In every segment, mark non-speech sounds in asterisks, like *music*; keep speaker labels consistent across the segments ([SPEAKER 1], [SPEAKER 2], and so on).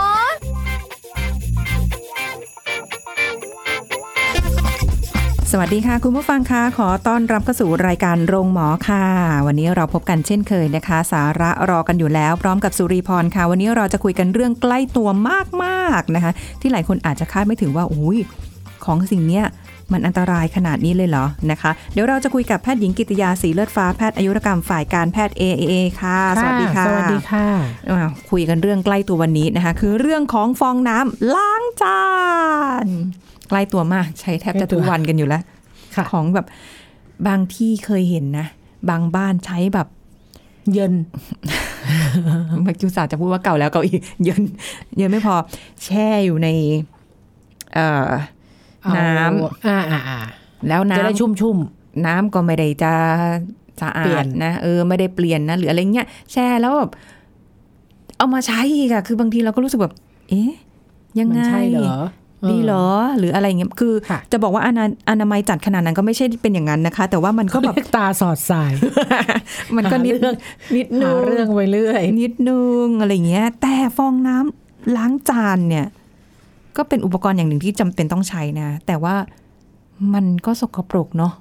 [SPEAKER 1] ล
[SPEAKER 2] สวัสดีค่ะคุณผู้ฟังคะขอต้อนรับเข้าสู่รายการโรงหมอค่ะ วันนี้เราพบกันเช่นเคยนะคะ สาระรอกันอยู่แล้ว พร้อมกับสุริพรค่ะ วันนี้เราจะคุยกันเรื่องใกล้ตัวมากๆนะคะ ที่หลายคนอาจจะคาดไม่ถึงว่าอุ้ยของสิ่งเนี้ยมันอันตรายขนาดนี้เลยเหรอนะคะ เดี๋ยวเราจะคุยกับแพทย์หญิงกิติยาศรีเลือดฟ้าแพทย์อายุรกรรมฝ่ายการแพทย์ AAA ค่ะ สวัสดีค่ะ
[SPEAKER 3] สวัสดีค่ะ
[SPEAKER 2] อ่าคุยกันเรื่องใกล้ตัววันนี้นะคะ คือเรื่องของฟองน้ำล้างจานใกล้ตัวมากใช้แทบจะทุกวันกันอยู่แล้ว
[SPEAKER 3] ค่ะ
[SPEAKER 2] ของแบบบางที่เคยเห็นนะ บางบ้านใช้แบบ
[SPEAKER 3] เย็น
[SPEAKER 2] เมื่อกี้อุตสาห์จะพูดว่าเก่าแล้ว *laughs* เก่าอีก เยินเยินไม่พอ แช่อยู่ใน เอ่อ
[SPEAKER 3] เอา
[SPEAKER 2] น้ำ
[SPEAKER 3] อ่าอ่าอ่า
[SPEAKER 2] แล้ว
[SPEAKER 3] จะได้
[SPEAKER 2] น้ำ
[SPEAKER 3] ชุ่มชุ่ม
[SPEAKER 2] น้ำก็ไม่ได้จะสะอา
[SPEAKER 3] เปลี่ย
[SPEAKER 2] ด
[SPEAKER 3] น
[SPEAKER 2] นะเออไม่ได้เปลี่ยนนะหรืออะไรเงี้ยแช่แล้วแบบเอามาใช้อีกอะคือบางทีเราก็รู้สึกแบบ เอ๊ะยัง
[SPEAKER 3] มั
[SPEAKER 2] ไง
[SPEAKER 3] ใช่เหรอ
[SPEAKER 2] ดีเหรอหรืออะไรเงี้ยคือ
[SPEAKER 3] ค่ะ
[SPEAKER 2] จะบอกว่าอนาอนามัยจัดขนาดนั้นก็ไม่ใช่เป็นอย่างนั้นนะคะ แต่ว่ามันก็
[SPEAKER 3] ก็
[SPEAKER 2] แบ
[SPEAKER 3] *laughs* แบบ บ ตาสอด
[SPEAKER 2] *laughs*
[SPEAKER 3] สาย
[SPEAKER 2] มันก็นิด
[SPEAKER 3] หาเรื่อง
[SPEAKER 2] นิดนึ
[SPEAKER 3] หางเรื่องไปเรื่อย
[SPEAKER 2] นิดนึงอะไรเงี้ย แต่ฟองน้ำล้างจานเนี่ย ก็เป็นอุปกรณ์อย่างหนึ่งที่จำเป็นต้องใช้นะ แต่ว่ามันก็สกปรกเนาะ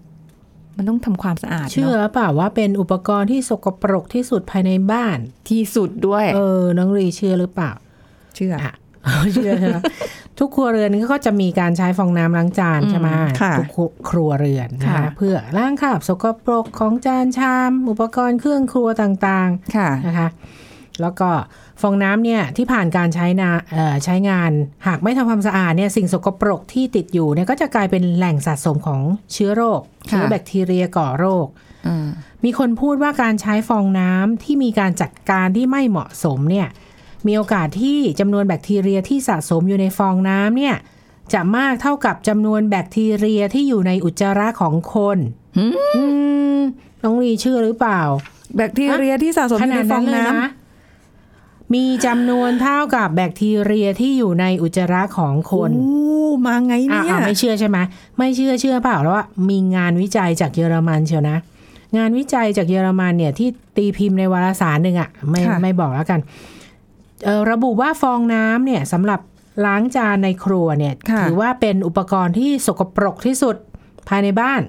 [SPEAKER 2] มันต้องทำความสะอาด
[SPEAKER 3] เชื่อ
[SPEAKER 2] เนาะ
[SPEAKER 3] หรือเปล่าว่าเป็นอุปกรณ์ที่สกปรกที่สุดภายในบ้าน
[SPEAKER 2] ที่สุดด้วย
[SPEAKER 3] เออ น้องรีเชื่อหรือเปล่า
[SPEAKER 2] เชื่อ
[SPEAKER 3] อ่ะ เชื่อใช่ไหมทุกครัวเรือนก็จะมีการใช้ฟองน้ำล้างจาน
[SPEAKER 2] อืม
[SPEAKER 3] ใช่ไหม
[SPEAKER 2] ค่ะ
[SPEAKER 3] ทุกครัวเรือนน
[SPEAKER 2] ค่ะ
[SPEAKER 3] เพื่อล้างคราบสกปรกของจานชาม อุปกรณ์เครื่องครัวต่างๆ
[SPEAKER 2] ค่ะ
[SPEAKER 3] นะคะแล้วก็ฟองน้ำเนี่ยที่ผ่านการใช้นาเอ่อใช้งานหากไม่ทำความสะอาดเนี่ยสิ่งสกปรกที่ติดอยู่เนี่ยก็จะกลายเป็นแหล่งสะสมของเชื้อโรค
[SPEAKER 2] ค่ะ
[SPEAKER 3] เชื้อแบคทีเรียก่อโรค
[SPEAKER 2] อืม
[SPEAKER 3] มีคนพูดว่าการใช้ฟองน้ำที่มีการจัดการที่ไม่เหมาะสมเนี่ยมีโอกาสที่จำนวนแบคทีเรียที่สะสมอยู่ในฟองน้ำเนี่ยจะมากเท่ากับจำนวนแบคทีเรียที่อยู่ในอุจจาระของคนอืมน้องลีเชื่อหรือเปล่า
[SPEAKER 2] แบคทีเรียที่สะสม
[SPEAKER 3] ข
[SPEAKER 2] อยู่ใน
[SPEAKER 3] นาด
[SPEAKER 2] ฟอ
[SPEAKER 3] นั้
[SPEAKER 2] ง
[SPEAKER 3] นเลย
[SPEAKER 2] น้ำ
[SPEAKER 3] นะมีจำนวนเท่ากับแบคทีเรียที่อยู่ในอุจจาระของคน
[SPEAKER 2] โอ้มาไง
[SPEAKER 3] อ่า
[SPEAKER 2] เนี่ย
[SPEAKER 3] ไม่เชื่อใช่ไหมไม่เชื่อเชื่อเปล่าแล้วว่ามีงานวิจัยจากเยอรมันเชียวนะ งานวิจัยจากเยอรมันเนี่ยที่ตีพิมพ์ในวารสารหนึ่งอะไม่
[SPEAKER 2] ค่ะ
[SPEAKER 3] ไม่บอกแล้วกันเอ่อระบุว่าฟองน้ำเนี่ยสำหรับล้างจานในครัวเนี่ย
[SPEAKER 2] ค่ะ
[SPEAKER 3] ถือว่าเป็นอุปกรณ์ที่สกปรกที่สุดภายในบ้าน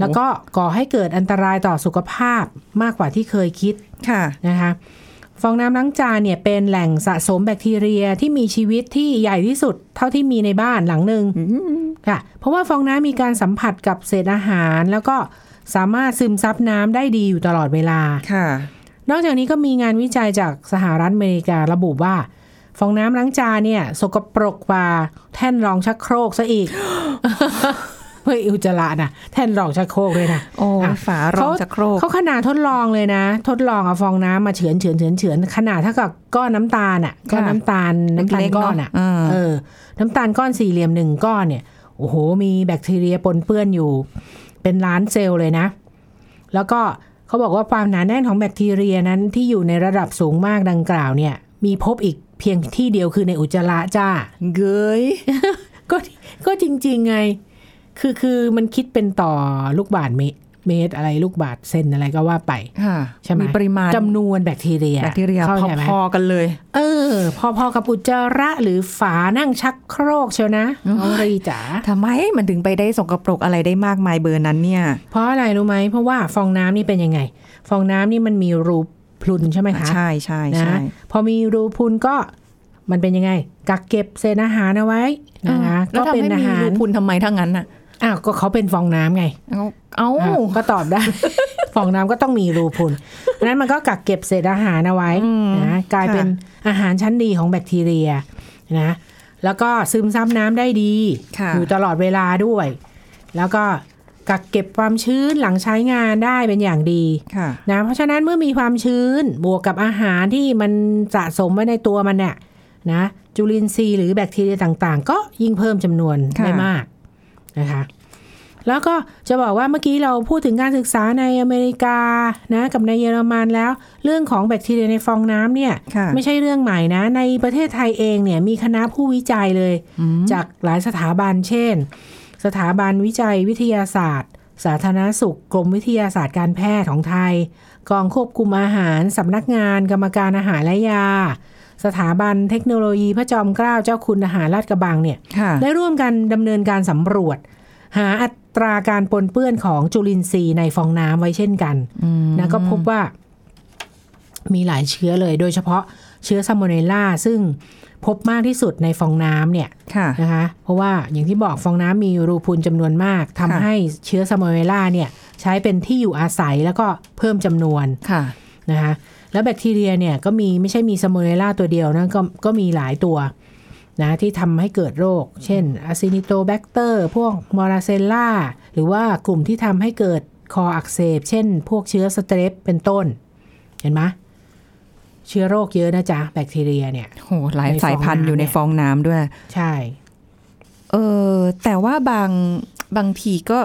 [SPEAKER 3] แล้วก็ก่อให้เกิดอันตรายต่อสุขภาพมากกว่าที่เคยคิด
[SPEAKER 2] ค่ะ
[SPEAKER 3] นะคะฟองน้ำล้างจานเนี่ยเป็นแหล่งสะสมแบคทีเรียที่มีชีวิตที่ใหญ่ที่สุดเท่าที่มีในบ้านหลังหนึ่งค่ะ เพราะว่าฟองน้ำมีการสัมผัสกับเศษอาหาร แล้วก็สามารถซึมซับน้ำได้ดีอยู่ตลอดเวลา
[SPEAKER 2] ค่ะ
[SPEAKER 3] นอกจากนี้ก็มีงานวิจัยจากสหรัฐอเมริการะบุว่า ฟองน้ำล้างจานเนี่ยสกปรกกว่าแท่นรองชักโครกซะอีก *gasps* เฮ้ยอุจจาระนะแท่นรองชักโครกด้วยนะ
[SPEAKER 2] โอ้ย
[SPEAKER 3] อ่ะ
[SPEAKER 2] ฝารองจะโครก
[SPEAKER 3] เขาขนาดทดลองเลยนะ ทดลองเอาฟองน้ำมาเฉือนเฉือนเฉือนเฉือนขนาดเท่ากับก้อนน้ำตาลอ่ะก้อนน้ำตาลน้ำตาล
[SPEAKER 2] เล็กๆ
[SPEAKER 3] ก้อนอ่ะ
[SPEAKER 2] เนอะอ่า
[SPEAKER 3] เออ น้ำตาลก้อนสี่เหลี่ยมหนึ่งก้อนเนี่ยโอ้โห มีแบคทีเรียปนเปื้อนอยู่ เป็นล้านเซลล์เลยนะ แล้วก็เขาบอกว่าความหนาแน่นของแบคทีเรียนั้นที่อยู่ในระดับสูงมากดังกล่าวเนี่ย มีพบอีกเพียงที่เดียวคือในอุจจาระจ้า
[SPEAKER 2] เกย
[SPEAKER 3] ก็ก็จริง ๆ ไง คือคือมันคิดเป็นต่อลูกบาทเมตรเมตรอะไรลูกบาทเซนอะไรก็ว่าไป
[SPEAKER 2] ค่ะ
[SPEAKER 3] ใช่ไหม
[SPEAKER 2] มีปริมาณ
[SPEAKER 3] จำนวนแบคทีเรีย
[SPEAKER 2] แบคทีเรีย
[SPEAKER 3] เข้าใจไหม
[SPEAKER 2] พอๆกันเลย
[SPEAKER 3] เออ พอๆกับอุจจาระหรือฝานั่งชักโครกเชียวนะน้องรีจ๋า
[SPEAKER 2] ทำไมมันถึงไปได้สกปรกอะไรได้มากมายเบอร์นั้นเนี่ย
[SPEAKER 3] เพราะอะไรรู้ไหมเพราะว่าฟองน้ำนี่เป็นยังไง ฟองน้ำนี่มันมีรูพรุนใช่ไหมคะ
[SPEAKER 2] ใช่ใช่
[SPEAKER 3] นะ
[SPEAKER 2] ใช่
[SPEAKER 3] พอมีรูพุนก็มันเป็นยังไง กักเก็บเศษอาหารเอาไว้นะคะ
[SPEAKER 2] แล้
[SPEAKER 3] ก็
[SPEAKER 2] วทำ
[SPEAKER 3] เป็น
[SPEAKER 2] ให้
[SPEAKER 3] อา
[SPEAKER 2] มี
[SPEAKER 3] หาร
[SPEAKER 2] รูพุนทำไมทั้งนั้นน่ะ
[SPEAKER 3] อ้าวก็เขาเป็นฟองน้ำไง
[SPEAKER 2] เอาเอา
[SPEAKER 3] อ่ะก็ตอบได้ *laughs* ฟองน้ำก็ต้องมีรูพุนเพราะฉะนั้นมันก็กักเก็บเศษอาหารเอาไว้นะกลายเป็นอาหารชั้นดีของแบคทีเรียนะแล้วก็ซึมซับน้ำได้ดี
[SPEAKER 2] ค่ะ
[SPEAKER 3] อยู่ตลอดเวลาด้วย แล้วก็กักเก็บความชื้นหลังใช้งานได้เป็นอย่างดี
[SPEAKER 2] ค่ะ
[SPEAKER 3] นะเพราะฉะนั้นเมื่อมีความชื้นบวกกับอาหารที่มันสะสมไว้ในตัวมันเนี่ย นะจุลินทรีย์หรือแบคทีเรียต่างๆ ก็ยิ่งเพิ่มจำนวน
[SPEAKER 2] ค่ะ
[SPEAKER 3] ได้มากนะคะ แล้วก็จะบอกว่าเมื่อกี้เราพูดถึงการศึกษาในอเมริกานะกับในเยอรมันแล้ว เรื่องของแบคทีเรียในฟองน้ำเนี่ย
[SPEAKER 2] ค่ะ
[SPEAKER 3] ไม่ใช่เรื่องใหม่นะ ในประเทศไทยเองเนี่ยมีคณะผู้วิจัยเลย
[SPEAKER 2] อืม
[SPEAKER 3] จากหลายสถาบันเช่น สถาบันวิจัยวิทยาศาสตร์ สาธารณสุขกรมวิทยาศาสตร์การแพทย์ของไทย กองควบคุมอาหารสำนักงาน กรรมการอาหารและยา สถาบันเทคโนโลยีพระจอมเกล้าเจ้าคุณทหารราชกระบังเนี่ย
[SPEAKER 2] ค่ะ
[SPEAKER 3] ได้ร่วมกันดำเนินการสำรวจ หาอัตราการปนเปื้อนของจุลินทรีย์ในฟองน้ำไว้เช่นกัน
[SPEAKER 2] อืม
[SPEAKER 3] นะก็พบว่ามีหลายเชื้อเลยโดยเฉพาะเชื้อซาโมเนลล่าซึ่งพบมากที่สุดในฟองน้ำเนี่ย
[SPEAKER 2] ค่ะ
[SPEAKER 3] นะคะ เพราะว่าอย่างที่บอกฟองน้ำมีรูพุนจำนวนมาก
[SPEAKER 2] ค่ะ
[SPEAKER 3] ทำให้เชื้อซาโมเนลล่าเนี่ยใช้เป็นที่อยู่อาศัยแล้วก็เพิ่มจำนวน
[SPEAKER 2] ค่ะ
[SPEAKER 3] นะคะแล้วแบคทีเรียเนี่ยก็มีไม่ใช่มีซาโมเนลล่าตัวเดียวนะก็ก็มีหลายตัวนะที่ทำให้เกิดโรค เช่นอะซินิโตแบคเตอร์พวกมอราเซลล่าหรือว่ากลุ่มที่ทำให้เกิดคออักเสบ เช่นพวกเชื้อสเตรปเป็นต้น เห็นไหมเชื้อโรคเยอะนะจ๊ะ แบคทีเรียเนี่ย
[SPEAKER 2] โหหลาย
[SPEAKER 3] ในฟอง
[SPEAKER 2] สายพันธุ์
[SPEAKER 3] น้ำ
[SPEAKER 2] อยู่ใน
[SPEAKER 3] เนี่ย
[SPEAKER 2] ฟองน้ำด้วย
[SPEAKER 3] ใช่
[SPEAKER 2] เออแต่ว่าบางบางทีก็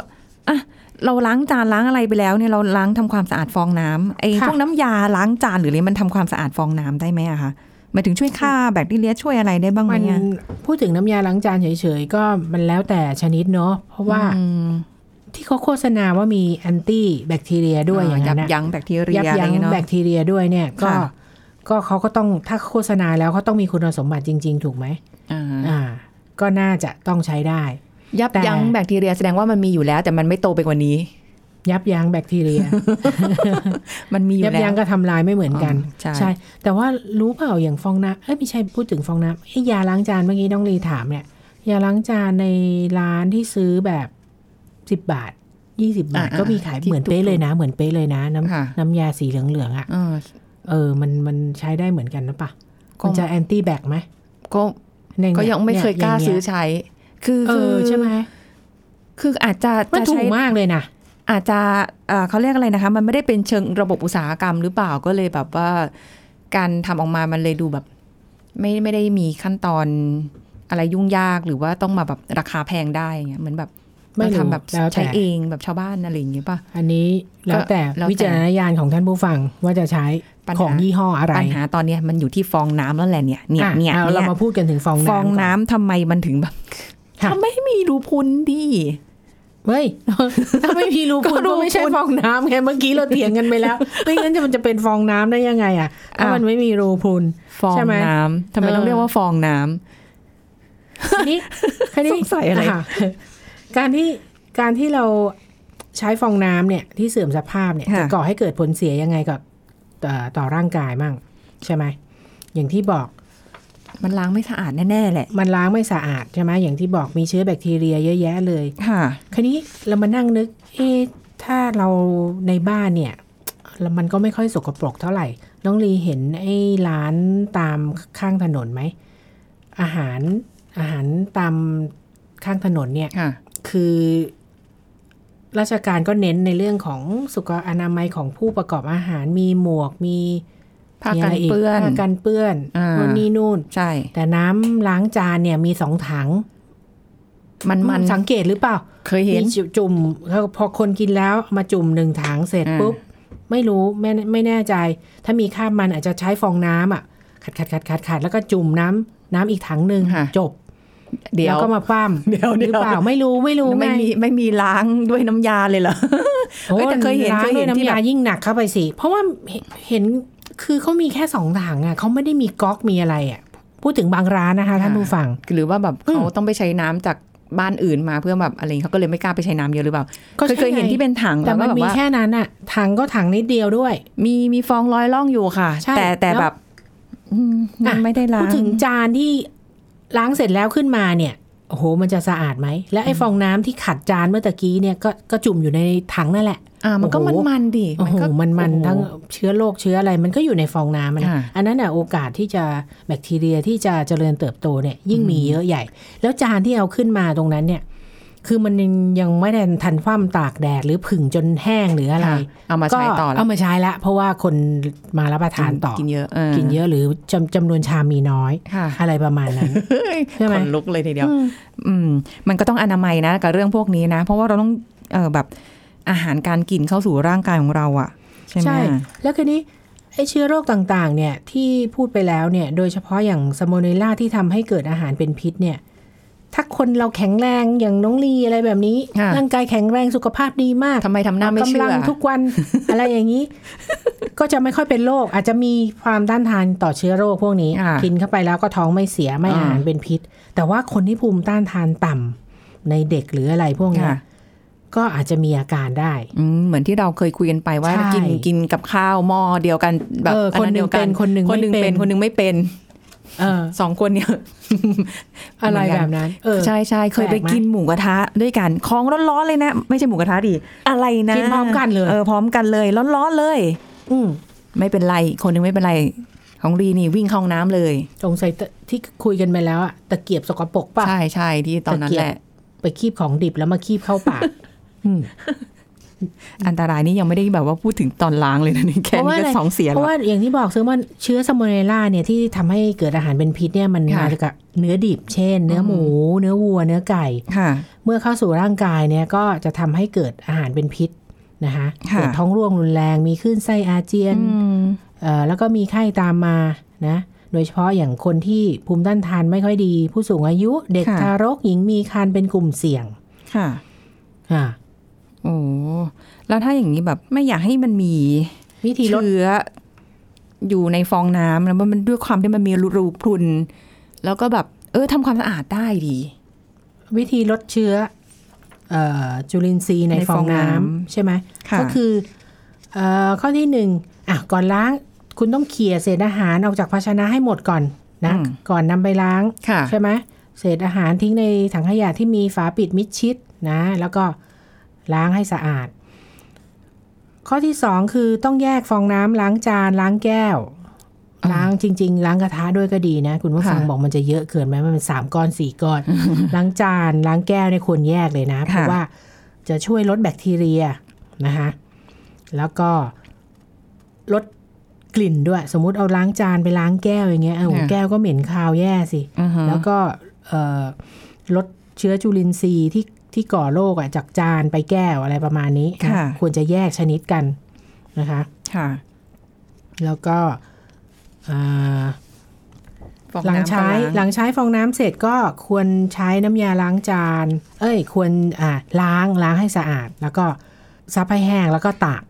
[SPEAKER 2] อ่ะเราล้างจานล้างอะไรไปแล้วเนี่ยเราล้างทำความสะอาดฟองน้ำไอ้พวกน้ำยาล้างจานหรืออะไรมันทำความสะอาดฟองน้ำได้ไหมอะคะหมายถึงช่วยฆ่าแบคทีเรียช่วยอะไรได้บ้างไหม
[SPEAKER 3] มัน
[SPEAKER 2] อะ
[SPEAKER 3] พูดถึงน้ำยาล้างจานเฉยๆ ก็มันแล้วแต่ชนิดเนาะเพราะว่า
[SPEAKER 2] อืม
[SPEAKER 3] ที่เขาโฆษณาว่ามีแอนตี้แบคทีเรียด้วยอย่าง
[SPEAKER 2] ยั
[SPEAKER 3] นั้น
[SPEAKER 2] บ
[SPEAKER 3] นะ
[SPEAKER 2] ยั้งแบคทีเรีย
[SPEAKER 3] ยับ
[SPEAKER 2] อะไรอ
[SPEAKER 3] ยั้
[SPEAKER 2] ย่างงเงี้ยเนาะ
[SPEAKER 3] แบคทีเรียด้วยเนี่ยก็
[SPEAKER 2] ค่ะ
[SPEAKER 3] ก็เขาก็ต้องถ้าโฆษณาแล้วเขาต้องมีคุณสมบัติจริง ๆ ถูกไหม
[SPEAKER 2] อ่า
[SPEAKER 3] อ่า ก็น่าจะต้องใช้ได้
[SPEAKER 2] ยับ
[SPEAKER 3] แต่
[SPEAKER 2] ยั้งแบคทีเรียแสดงว่ามันมีอยู่แล้ว แต่มันไม่โตไปกว่านี้
[SPEAKER 3] ยับยั้งแบคทีเรีย
[SPEAKER 2] มัน *laughs* มีอยู่
[SPEAKER 3] ยับ
[SPEAKER 2] แล้ว
[SPEAKER 3] ยั้งกับทำลายไม่เหมือนกัน
[SPEAKER 2] อ๋อใช่
[SPEAKER 3] แต่ว่ารู้เปล่าอย่างฟองน้ำเอ้ยไม่ใช่พูดถึงฟองน้ำไอ้ยาล้างจานเมื่อกี้น้องลีถามเนี่ยยาล้างจานในร้านที่ซื้อแบบสิบบาทยี่สิบาท ก็มีขายเหมือนเป๊ะเลยนะ เหมือนเป๊ะเลยนะน้
[SPEAKER 2] ค่ะ
[SPEAKER 3] ำน้ำยาสีเหลืองๆอ่ะ
[SPEAKER 2] เออ
[SPEAKER 3] เออมันมันใช้ได้เหมือนกันนะปะ
[SPEAKER 2] ก็
[SPEAKER 3] มันจะแอนตี้แบคไหม
[SPEAKER 2] ก็ก็ยังไม่เคยกล้าซื้อใช้ คือ
[SPEAKER 3] เอ
[SPEAKER 2] คือ
[SPEAKER 3] อใช่ไหม
[SPEAKER 2] คืออาจจะ
[SPEAKER 3] มัน
[SPEAKER 2] จะ
[SPEAKER 3] ถู
[SPEAKER 2] ใช้
[SPEAKER 3] กมากเลยนะ
[SPEAKER 2] อาจจะเอ่อเขาเรียกอะไรนะคะ มันไม่ได้เป็นเชิงระบบอุตสาหกรรมหรือเปล่าก็เลยแบบว่า การทำออกมามันเลยดูแบบ ไม่ไม่ได้มีขั้นตอนอะไรยุ่งยากหรือว่าต้องมาแบบราคาแพงได้อย่างเงี้ยเหมือนแบบ
[SPEAKER 3] ไม่
[SPEAKER 2] เรา
[SPEAKER 3] รู้
[SPEAKER 2] ทำแบบ
[SPEAKER 3] แล้ว
[SPEAKER 2] ใช้
[SPEAKER 3] แต่
[SPEAKER 2] เองแบบชาวบ้านอะไรอย่างเงี้ยป่ะ
[SPEAKER 3] อันนี้แล้วแต่
[SPEAKER 2] ก็แล้วแต่
[SPEAKER 3] วิจารณญาณของท่านผู้ฟังว่าจะใช้
[SPEAKER 2] ปัญหา
[SPEAKER 3] ของยี่ห้ออะไร
[SPEAKER 2] ปัญหาตอนเนี้ยมันอยู่ที่ฟองน้ำแล้วแหละเนี่ยเนี่ย
[SPEAKER 3] อ่ะ
[SPEAKER 2] เนี่ย
[SPEAKER 3] เอาเรา
[SPEAKER 2] เนี่ย
[SPEAKER 3] มาพูดกันถึงฟองน้ำ
[SPEAKER 2] ฟอง
[SPEAKER 3] ก่
[SPEAKER 2] น้ำทำไมมันถึงแบบ
[SPEAKER 3] ค่ะ
[SPEAKER 2] ทำไมไม่มีรูพุนดี
[SPEAKER 3] เฮ้ย *laughs* ถ้าไม่มีรูคุณ
[SPEAKER 2] ก็รู
[SPEAKER 3] ก็ไม่ใช่
[SPEAKER 2] คุณ
[SPEAKER 3] ฟองน้ำไงเมื่อกี้เราเถียงกันไปแล้ว *laughs* ไม่งั้นจะมันจะเป็นฟองน้ำได้ยังไงอ่ะถ้า
[SPEAKER 2] อ่ะ
[SPEAKER 3] มันไม่มีรูพุน
[SPEAKER 2] ฟอง
[SPEAKER 3] ใช่ไหม
[SPEAKER 2] น้ำทำไม
[SPEAKER 3] เออ
[SPEAKER 2] ต้องเรียกว่าฟองน้ำ
[SPEAKER 3] ที
[SPEAKER 2] *laughs*
[SPEAKER 3] นี้ทีนี้
[SPEAKER 2] สงสัยอะไร
[SPEAKER 3] าการที่การที่เราใช้ฟองน้ำเนี่ยที่เสื่อมสภาพเนี่ย
[SPEAKER 2] ค่ะ
[SPEAKER 3] จะก่อให้เกิดผลเสียยังไงกับเอ่อต่อร่างกายมั่งใช่ไหมอย่างที่บอก
[SPEAKER 2] มันล้างไม่สะอาดแน่ๆแหละ
[SPEAKER 3] มันล้างไม่สะอาดใช่ไหมอย่างที่บอกมีเชื้อแบคทีเรียเยอะแยะเลย
[SPEAKER 2] ค่ะ
[SPEAKER 3] คราวนี้เรามานั่งนึกเอ๊ะถ้าเราในบ้านเนี่ยแล้วมันก็ไม่ค่อยสกปรกเท่าไหร่ น้องลีเห็นไอ้ร้านตามข้างถนนไหมอาหารอาหารตามข้างถนนเนี่ย
[SPEAKER 2] ค่ะ
[SPEAKER 3] คือราชการก็เน้นในเรื่องของสุขอนามัยของผู้ประกอบอาหารมีหมวกมี
[SPEAKER 2] ผ้า
[SPEAKER 3] มีะ
[SPEAKER 2] กัน
[SPEAKER 3] ไรอี
[SPEAKER 2] เปื้อน
[SPEAKER 3] ผ้ากันเปื้อน
[SPEAKER 2] อ่า
[SPEAKER 3] นู่นนี่นู่น
[SPEAKER 2] ใช่
[SPEAKER 3] แต่น้ำล้างจานเนี่ยมีสองถัง
[SPEAKER 2] มันมัน
[SPEAKER 3] สังเกตหรือเปล่า
[SPEAKER 2] เคยเห็น
[SPEAKER 3] มีจุจุ่มแล้วพอคนกินแล้วเอามาจุ่มหนึ่งถังเสร็จ
[SPEAKER 2] อ่า
[SPEAKER 3] ปุ๊บ ไม่รู้ไม่ไม่แน่ใจ ถ้ามีข้ามมันอาจจะใช้ฟองน้ำอ่ะขัดขัดขัดขัดขัดแล้วก็จุ่มน้ำน้ำอีกถังหนึ่งจบ
[SPEAKER 2] เดี๋ย
[SPEAKER 3] แล้ววก็มาคว่ำ
[SPEAKER 2] เดี๋ยว
[SPEAKER 3] หรือเปล่าไม่รู้ไม่รู้
[SPEAKER 2] ไม่
[SPEAKER 3] ง
[SPEAKER 2] มีไม่มีล้างด้วยน้ำยาเลยเหรอ
[SPEAKER 3] โอ้
[SPEAKER 2] เอ้ยแต่เคยเห็น
[SPEAKER 3] ล้าง
[SPEAKER 2] เคย
[SPEAKER 3] ด้
[SPEAKER 2] เห็
[SPEAKER 3] วย
[SPEAKER 2] นที่แบ
[SPEAKER 3] น้ำยา
[SPEAKER 2] บ
[SPEAKER 3] ยิ่งหนักเข้าไปสิ เพราะว่าเห็นเห็นคือเขามีแค่สองถังอ่ะเขาไม่ได้มีก๊อกมีอะไรอ่ะ พูดถึงบางร้านนะคะท่านผู้ฟัง
[SPEAKER 2] หรือว่าแบบ
[SPEAKER 3] อืม
[SPEAKER 2] เขาต้องไปใช้น้ำจากบ้านอื่นมาเพื่อแบบอะไรเขาก็เลยไม่กล้าไปใช้น้ำเยอะหรือเปล่าเคย
[SPEAKER 3] ใช่
[SPEAKER 2] เคยเห็นที่เป็นถัง
[SPEAKER 3] แต่
[SPEAKER 2] แล้ว
[SPEAKER 3] มั
[SPEAKER 2] ก็
[SPEAKER 3] น
[SPEAKER 2] แบบ
[SPEAKER 3] มี
[SPEAKER 2] ว่า
[SPEAKER 3] แค่นั้นอ่ะถังก็ถังนิดเดียวด้วย
[SPEAKER 2] มีมีฟองร้อยล่องอยู่ค่ะ
[SPEAKER 3] ใช่
[SPEAKER 2] แต่แต่
[SPEAKER 3] แล้ว
[SPEAKER 2] แบบอืมมัน
[SPEAKER 3] อ่ะ
[SPEAKER 2] ไม่ได้ล้า
[SPEAKER 3] พู
[SPEAKER 2] ง
[SPEAKER 3] ดถึงจานที่ล้างเสร็จแล้วขึ้นมาเนี่ยโอ้โหมันจะสะอาดไหม และไอ้ฟองน้ำที่ขัดจานเมื่อตะกี้เนี่ยก็ก็จุ่มอยู่ในถังนั่นแหละ
[SPEAKER 2] อ่ามันก็
[SPEAKER 3] โอ้
[SPEAKER 2] มัน
[SPEAKER 3] โห
[SPEAKER 2] มันๆดิ
[SPEAKER 3] โอ้โห
[SPEAKER 2] ก็
[SPEAKER 3] มันมัน
[SPEAKER 2] โอ้โห
[SPEAKER 3] ทั้งเชื้อโรคเชื้ออะไรมันก็อยู่ในฟองน้ำอะนะ
[SPEAKER 2] ค่ะ
[SPEAKER 3] อันนั้นอ่ะโอกาสที่จะแบคทีเรียที่จะเจริญเติบโตเนี่ยยิ่งมีเยอะใหญ่ แล้วจานที่เอาขึ้นมาตรงนั้นเนี่ย คือมันยังยังไม่ได้ทันคว่ำตากแดดหรือผึ่งจนแห้งหรืออะไร
[SPEAKER 2] ค่ะเอามาใช้ต่อ
[SPEAKER 3] ก็
[SPEAKER 2] แล้ว
[SPEAKER 3] เอามาใช้ละเพราะว่าคนมารับประทานต่อ
[SPEAKER 2] กินเยอะ
[SPEAKER 3] กินเยอะหรือจำจำนวนชามมีน้อย
[SPEAKER 2] ค่ะ
[SPEAKER 3] อะไรประมาณนั้น ใช่ไหม
[SPEAKER 2] ขนลุกเลยทีเดียว
[SPEAKER 3] อืม
[SPEAKER 2] อืมมันก็ต้องอนามัยนะกับเรื่องพวกนี้นะ เพราะว่าเราต้องเออแบบอาหารการกินเข้าสู่ร่างกายของเราอะใช่ไหม
[SPEAKER 3] ใช่ แล้วคือนี้ไอเชื้อโรคต่างๆ เนี่ยที่พูดไปแล้วเนี่ย โดยเฉพาะอย่างซาโมเนลล่าที่ทำให้เกิดอาหารเป็นพิษเนี่ย ถ้าคนเราแข็งแรงอย่างน้องลีอะไรแบบนี้
[SPEAKER 2] ะ
[SPEAKER 3] ร่างกายแข็งแรงสุขภาพดีมาก
[SPEAKER 2] ทำไมทำหน้าไม่
[SPEAKER 3] กำ
[SPEAKER 2] เชื่
[SPEAKER 3] ลั
[SPEAKER 2] อ
[SPEAKER 3] ทุก
[SPEAKER 2] *laughs*
[SPEAKER 3] วัน อะไรอย่างนี้ ก็จะไม่ค่อยเป็นโรคอาจจะมีความต้านทานต่อเชื้อโรคพวกนี้
[SPEAKER 2] อ่ะ
[SPEAKER 3] กินเข้าไปแล้วก็ท้องไม่เสียไม่
[SPEAKER 2] อ่า
[SPEAKER 3] อาหารเป็นพิษ แต่ว่าคนที่ภูมิต้านทานต่ำในเด็กหรืออะไรพวกเนี้
[SPEAKER 2] ค่ะ
[SPEAKER 3] ยก็อาจจะมีอาการได้
[SPEAKER 2] อืมเหมือนที่เราเคยคุยกันไปว่า
[SPEAKER 3] ใช่
[SPEAKER 2] กินกินกับข้าวหม้อเดียวกันแบบ
[SPEAKER 3] เออคนห
[SPEAKER 2] อัดี
[SPEAKER 3] นึ่ง
[SPEAKER 2] ยวกั
[SPEAKER 3] เป็นคนหนึ่ง
[SPEAKER 2] คนหนึ่ง
[SPEAKER 3] ไม่เป็
[SPEAKER 2] เป็น
[SPEAKER 3] น
[SPEAKER 2] คนหนึ่งไม่เป็น
[SPEAKER 3] เออ
[SPEAKER 2] สองคนเนี่ย
[SPEAKER 3] อะไรแบบนั้น เออ
[SPEAKER 2] ใช่ใช่เคยไป
[SPEAKER 3] แปลกไหม
[SPEAKER 2] กินหมูกระทะด้วยกันของร้อนๆเลยนะ ไม่ใช่หมูกระทะดิอะไรนะ
[SPEAKER 3] กินพร้อมกันเลย
[SPEAKER 2] เออพร้อมกันเลยร้อนๆเลย
[SPEAKER 3] อืม
[SPEAKER 2] ไม่เป็นไรอีกคนหนึงไม่เป็นไร ของรีนี่วิ่งเข้าห้องน้ำเลย
[SPEAKER 3] สงสัยตะที่คุยกันไปแล้วอะตะเกียบสกปรกป่ะ
[SPEAKER 2] ใช่ใช่ที่ตอนนั้น
[SPEAKER 3] ตะเกีย
[SPEAKER 2] แห
[SPEAKER 3] บ
[SPEAKER 2] ละ
[SPEAKER 3] ไปคีบของดิบแล้วมาคีบเข้าปาก
[SPEAKER 2] อันตรายนี่ยังไม่ได้แบบว่าพูดถึงตอนล้างเลยนะนี่แค่
[SPEAKER 3] เพราะ
[SPEAKER 2] นี้
[SPEAKER 3] ว่า
[SPEAKER 2] ก็
[SPEAKER 3] *laughs* อะไร
[SPEAKER 2] สองเสีย
[SPEAKER 3] เพ
[SPEAKER 2] แล้ว
[SPEAKER 3] ราะว่าอย่างที่บอกซื้อว่าเชื้อซาโมเนลล่าเนี่ยที่ทำให้เกิดอาหารเป็นพิษเนี่ยมัน
[SPEAKER 2] ค่ะ
[SPEAKER 3] มาจากเนื้อดิบ เช่น เนื้อหมู เนื้อวัว เนื้อไก่
[SPEAKER 2] ค่ะ
[SPEAKER 3] เมื่อเข้าสู่ร่างกายเนี่ยก็จะทำให้เกิดอาหารเป็นพิษนะคะ
[SPEAKER 2] ค่ะ
[SPEAKER 3] เกิดท้องร่วงรุนแรงมีคลื่นไส้อาเจียน
[SPEAKER 2] อืม
[SPEAKER 3] เอ่อแล้วก็มีไข้ตามมานะ โดยเฉพาะอย่างคนที่ภูมิต้านทานไม่ค่อยดี ผู้สูงอายุ เด็ก
[SPEAKER 2] ค่ะ
[SPEAKER 3] ทารกหญิงมีครรภ์เป็นกลุ่มเสี่ยง
[SPEAKER 2] ค่ะ
[SPEAKER 3] อ่า
[SPEAKER 2] โอ้แล้วถ้าอย่างนี้แบบไม่อยากให้มันมี
[SPEAKER 3] วิธีลด
[SPEAKER 2] เชื้ออยู่ในฟองน้ำแล้วมันด้วยความที่มันมีรูพรุน แล้วก็แบบเออทำความสะอาดได้ดี
[SPEAKER 3] วิธีลดเชื้อเออจุลินทรีย์ใน
[SPEAKER 2] ในฟ
[SPEAKER 3] ฟ
[SPEAKER 2] อง
[SPEAKER 3] องน้ำ
[SPEAKER 2] น้ำ
[SPEAKER 3] ใช่ไหม
[SPEAKER 2] ค่ะ
[SPEAKER 3] ก็คือเออข้อที่หนึ่งอ่ะก่อนล้างคุณต้องเขี่ยเศษอาหารออกจากภาชนะให้หมดก่อนนะ
[SPEAKER 2] อืม
[SPEAKER 3] ก่อนนำไปล้าง
[SPEAKER 2] ค่ะ
[SPEAKER 3] ใช่ไหมเศษอาหารทิ้งในถังขยะที่มีฝาปิดมิดชิดนะ แล้วก็ล้างให้สะอาด ข้อที่สองคือต้องแยกฟองน้ำล้างจานล้างแก้ว
[SPEAKER 2] อ่า
[SPEAKER 3] ล้างจริง ๆ ล้างกระทะด้วยก็ดีนะ คุณผู้ฟัง
[SPEAKER 2] ค่ะ
[SPEAKER 3] บอกมันจะเยอะเกินไหมมันเป็นสามก้อนสี่
[SPEAKER 2] *laughs*
[SPEAKER 3] ก้อน ล้างจานล้างแก้วเนี่ยควรแยกเลยนะ เพราะว่าจะช่วยลดแบคทีเรียนะคะแล้วก็ลดกลิ่นด้วย สมมุติเอาล้างจานไปล้างแก้วอย่างเงี้ยเออโห
[SPEAKER 2] ค่ะ
[SPEAKER 3] แก้วก็เหม็นคาวแย่สิ
[SPEAKER 2] อือฮะ
[SPEAKER 3] แล้วก็เอ่อลดเชื้อจุลินทรีย์ที่ที่ก่อโรคอ่ะจากจานไปแก้วอะไรประมาณนี้น
[SPEAKER 2] ค่ะ
[SPEAKER 3] ควรจะแยกชนิดกันนะคะ
[SPEAKER 2] ค่ะ
[SPEAKER 3] แล้วก็อ่า
[SPEAKER 2] ฟอง
[SPEAKER 3] หลัง
[SPEAKER 2] น้ำก็
[SPEAKER 3] ใช้หลังใช้ฟองน้ำเสร็จก็ควรใช้น้ำยาล้างจาน เอ้ย ควรอ่าล้างล้างให้สะอาด แล้วก็ซับให้แห้งแล้วก็ตาก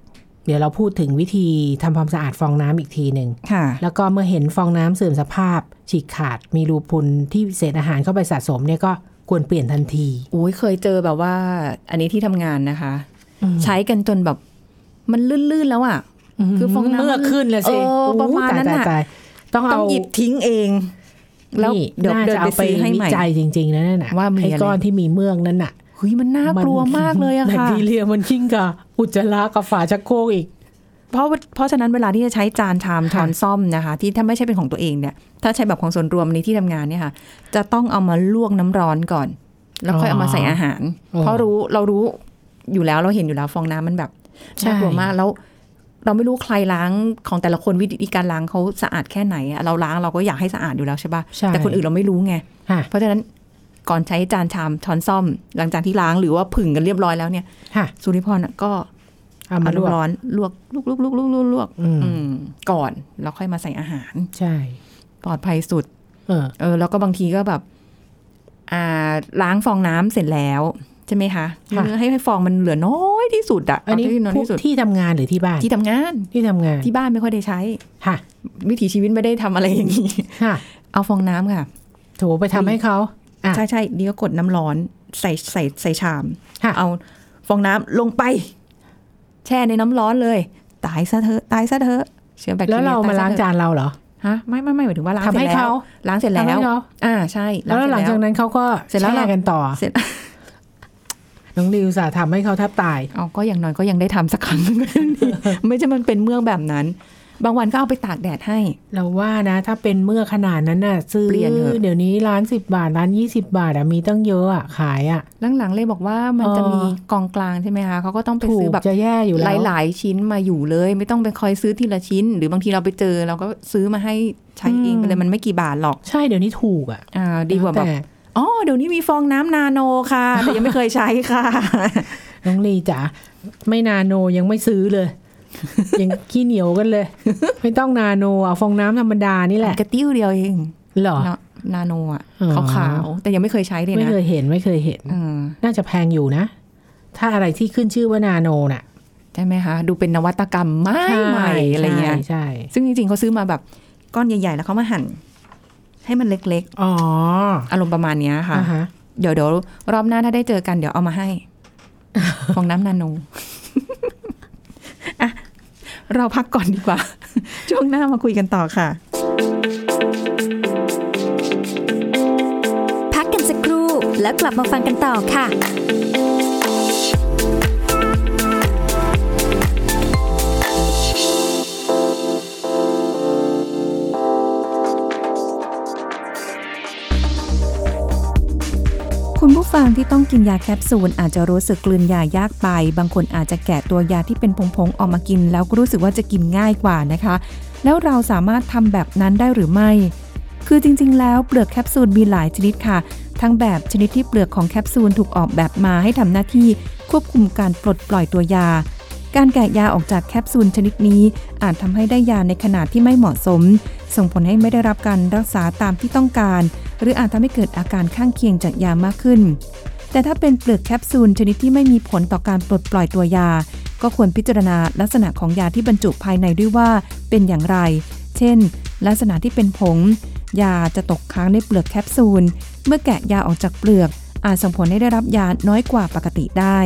[SPEAKER 3] เดี๋ยวเราพูดถึงวิธีทำความสะอาดฟองน้ำอีกทีหนึ่ง
[SPEAKER 2] ค่ะ
[SPEAKER 3] แล้วก็เมื่อเห็นฟองน้ำเสื่อมสภาพ ฉีกขาดมีรูพุนที่เศษอาหารเข้าไปสะสมเนี่ยก็ควรเปลี่ยนทันที
[SPEAKER 2] อุ้ยเคยเจอแบบว่า อันนี้ที่ทำงานนะคะ
[SPEAKER 3] อืม
[SPEAKER 2] ใช้กันจนแบบมันลื่นๆแล้วอ่ะ คือฟองน้ำ
[SPEAKER 3] เมื่อขึ้นแล้วสิ
[SPEAKER 2] เออประมาณนั้น
[SPEAKER 3] อู้ตย
[SPEAKER 2] น่ะ
[SPEAKER 3] ตยตยต้อง
[SPEAKER 2] ต้อ
[SPEAKER 3] เอา
[SPEAKER 2] งหยิบทิ้งเอง แล้ว
[SPEAKER 3] นี่
[SPEAKER 2] เดี๋ยว
[SPEAKER 3] น่า
[SPEAKER 2] เดิน
[SPEAKER 3] จะ
[SPEAKER 2] ไป
[SPEAKER 3] เอาไป
[SPEAKER 2] ซื้อให้
[SPEAKER 3] วิ
[SPEAKER 2] ใหม่
[SPEAKER 3] จัยจริง ๆนะนั่นน่ะ
[SPEAKER 2] ว่ามี
[SPEAKER 3] ไอ้
[SPEAKER 2] อะไร
[SPEAKER 3] ก้อนที่มีเมือกนั่นน่ะ
[SPEAKER 2] เฮ้ยมันน่ากลัวมากเลยอะค่ะ
[SPEAKER 3] แบคทีเรียมันยิ่งกับอุจจาระกับฝาชักโครกอีก
[SPEAKER 2] เพราะว่าเพราะฉะนั้นเวลาที่จะใช้จานชาม
[SPEAKER 3] ค่ะ
[SPEAKER 2] ช้อนซ่อมนะคะ ที่ถ้าไม่ใช่เป็นของตัวเองเนี่ย ถ้าใช้แบบของส่วนรวมในที่ทำงานเนี่ยค่ะ จะต้องเอามาลวกน้ำร้อนก่อน แล้วค่อยเอามาใส่อาหาร เพราะรู้เรารู้อยู่แล้วเราเห็นอยู่แล้วฟองน้ำมันแบบ
[SPEAKER 3] ใช่
[SPEAKER 2] น่ากลัวมากแล้ว เราไม่รู้ใครล้างของแต่ละคนวิธีการล้างเขาสะอาดแค่ไหนอะเราล้างเราก็อยากให้สะอาดอยู่แล้วใช่ปะ
[SPEAKER 3] ใช่
[SPEAKER 2] แต่คนอื่นเราไม่รู้ไง
[SPEAKER 3] ค่ะ
[SPEAKER 2] เพราะฉะนั้นก่อนใช้จานชามช้อนซ่อม หลังจากที่ล้างหรือว่าผึ่งกันเรียบร้อยแล้วเนี่ย
[SPEAKER 3] ค่ะ
[SPEAKER 2] สุริพรน่ะก็
[SPEAKER 3] เอา
[SPEAKER 2] เอา
[SPEAKER 3] มาล
[SPEAKER 2] ลูก
[SPEAKER 3] วก
[SPEAKER 2] ร้อนลวกลวกลวกลวกลวกลวกลวก
[SPEAKER 3] อืม
[SPEAKER 2] อืมก่อนแล้วค่อยมาใส่อาหาร
[SPEAKER 3] ใช่
[SPEAKER 2] ปลอดภัยสุด
[SPEAKER 3] เออ
[SPEAKER 2] เออแล้วก็บางทีก็แบบ อ่าล้างฟองน้ำเสร็จแล้วใช่ไหมคะ
[SPEAKER 3] ค่ะ
[SPEAKER 2] ให้ให้ฟองมันเหลือน้อยที่สุดอะ
[SPEAKER 3] อันนี้
[SPEAKER 2] เาที่น้อย
[SPEAKER 3] พวก
[SPEAKER 2] ที่สุด
[SPEAKER 3] ที่ทำงานหรือที่บ้าน
[SPEAKER 2] ที่ทำงาน
[SPEAKER 3] ที่ทำงาน
[SPEAKER 2] ที่บ้านไม่ค่อยได้ใช้
[SPEAKER 3] ค่ะ
[SPEAKER 2] วิถีชีวิตไม่ได้ทำอะไรอย่างนี้ *laughs*
[SPEAKER 3] ค่ะ
[SPEAKER 2] เอาฟองน้ำค่ะ
[SPEAKER 3] โถไปทำให้เขา อ่ะ
[SPEAKER 2] ใช่ใช่นี่ก็กดน้ำร้อนใส่ใส่ใส่ชาม
[SPEAKER 3] ค่ะ
[SPEAKER 2] เอาฟองน้ำลงไป แช่ในน้ำร้อนเลย ตายซะเถอะตายซะเถอะเชื้อแบคทีเรีย
[SPEAKER 3] แล้วเรามา
[SPEAKER 2] ตยซะถอะ
[SPEAKER 3] ล้างจานเราเหรอ
[SPEAKER 2] ฮะไม่ไม่ไม่หมายถึงว่าล้าง
[SPEAKER 3] ทำ
[SPEAKER 2] เสร็
[SPEAKER 3] ให้
[SPEAKER 2] จแล้
[SPEAKER 3] เขา
[SPEAKER 2] วล้างเสร็จ
[SPEAKER 3] ทำ
[SPEAKER 2] แล้
[SPEAKER 3] ให้
[SPEAKER 2] ว
[SPEAKER 3] เขา
[SPEAKER 2] อ่าใช่
[SPEAKER 3] แล้วหลัง
[SPEAKER 2] เสร็จ
[SPEAKER 3] จากนั้นเขาก็
[SPEAKER 2] เสร็จแล้ว
[SPEAKER 3] แช่
[SPEAKER 2] เรา
[SPEAKER 3] กันต่อ
[SPEAKER 2] เสร็จ *laughs*
[SPEAKER 3] น้องริวสาห์ทำให้เขาแทบตาย
[SPEAKER 2] *laughs* เอาก็อย่างน้อยก็ยังได้ทำสักครั้ง ไม่ใช่มันเป็นเมืองแบบนั้น บางวันก็เอาไปตากแดดให้
[SPEAKER 3] เราว่านะ ถ้าเป็นเมื่อกขนาดนั้นน่ะ ซื้อ
[SPEAKER 2] เปลี่ยนเถอะ
[SPEAKER 3] เดี๋ยวนี้ร้านสิบบาทร้านยี่สิบาทอะมีตั้งเยอะอะขายอะ
[SPEAKER 2] หลังๆเลยบอกว่ามัน
[SPEAKER 3] เออ
[SPEAKER 2] จะมีกองกลางใช่ไหมคะเขาก็ต้องไป
[SPEAKER 3] ถู
[SPEAKER 2] ซื้อก แบบ
[SPEAKER 3] จะแย่อยู่แล้ว
[SPEAKER 2] หลายๆ ชิ้นมาอยู่เลย ไม่ต้องไปคอยซื้อทีละชิ้น หรือบางทีเราไปเจอเราก็ซื้อมาให้ใช้เองไปเลยมันไม่กี่บาทหรอก
[SPEAKER 3] ใช่เดี๋ยวนี้ถูกอะ
[SPEAKER 2] อ่าดีกว่าแบบ
[SPEAKER 3] ต่
[SPEAKER 2] อ๋อเดี๋ยวนี้มีฟองน้ำนาโน *laughs* ค่ะ แต่ยังไม่เคยใช้ค่ะ
[SPEAKER 3] น้องลีจ๋าไม่นาโนยังไม่ซื้อ
[SPEAKER 2] *laughs*
[SPEAKER 3] เลย ยังขี้เหนียวกันเลย ไม่ต้องนาโนเอาฟองน้ำธรรมดานี่แหละ
[SPEAKER 2] กระติ้วเดียวเอง
[SPEAKER 3] เหรอ
[SPEAKER 2] เนาะนาโนอ่ะ
[SPEAKER 3] อ๋อ
[SPEAKER 2] ขาวๆแต่ยังไม่เคยใช้เลย
[SPEAKER 3] ไม่
[SPEAKER 2] นะ
[SPEAKER 3] เคยเห็นไม่เคยเห็น
[SPEAKER 2] อ่า
[SPEAKER 3] น่าจะแพงอยู่นะ ถ้าอะไรที่ขึ้นชื่อว่านาโนน่ะ
[SPEAKER 2] ใช่ไหมคะดูเป็นนวัตกรรมใหม่ใหม่ๆอะไรเงี้ย
[SPEAKER 3] ใช่ใช่
[SPEAKER 2] ซึ่งจริงๆเขาซื้อมาแบบก้อนใหญ่ ๆ แล้วเขามาหั่น ให้มันเล็ก
[SPEAKER 3] อ๋อ
[SPEAKER 2] ๆ อารมณ์ประมาณเนี้ยค่ะ
[SPEAKER 3] อ่าฮะ
[SPEAKER 2] เดี๋ยวเดี๋ยวรอบหน้าถ้าได้เจอกันเดี๋ยวเอามาให้ ฟองน้ำนาโน *laughs* อ่ะเราพักก่อนดีกว่า *laughs* ช่วงหน้ามาคุยกันต่อค่ะ
[SPEAKER 1] พักกันสักครู่แล้วกลับมาฟังกันต่อค่ะ
[SPEAKER 2] คุณผู้ฟังที่ต้องกินยาแคปซูลอาจจะรู้สึกกลืนยายากไป บางคนอาจจะแกะตัวยาที่เป็นผงๆออกมากิน แล้วก็รู้สึกว่าจะกินง่ายกว่านะคะ แล้วเราสามารถทำแบบนั้นได้หรือไม่ คือจริงๆ แล้วเปลือกแคปซูลมีหลายชนิดค่ะ ทั้งแบบชนิดที่เปลือกของแคปซูลถูกออกแบบมาให้ทำหน้าที่ควบคุมการปลดปล่อยตัวยา การแกะยาออกจากแคปซูลชนิดนี้ อาจทำให้ได้ยาในขนาดที่ไม่เหมาะสม ส่งผลให้ไม่ได้รับการรักษาตามที่ต้องการ หรืออาจทำให้เกิดอาการข้างเคียงจากยามากขึ้น แต่ถ้าเป็นเปลือกแคปซูลชนิดที่ไม่มีผลต่อการปลดปล่อยตัวยา ก็ควรพิจารณาลักษณะของยาที่บรรจุภายในด้วยว่าเป็นอย่างไร เช่น ลักษณะที่เป็นผง ยาจะตกค้างในเปลือกแคปซูล เมื่อแกะยาออกจากเปลือก อาจส่งผลให้ได้รับยาน้อยกว่าปกติได้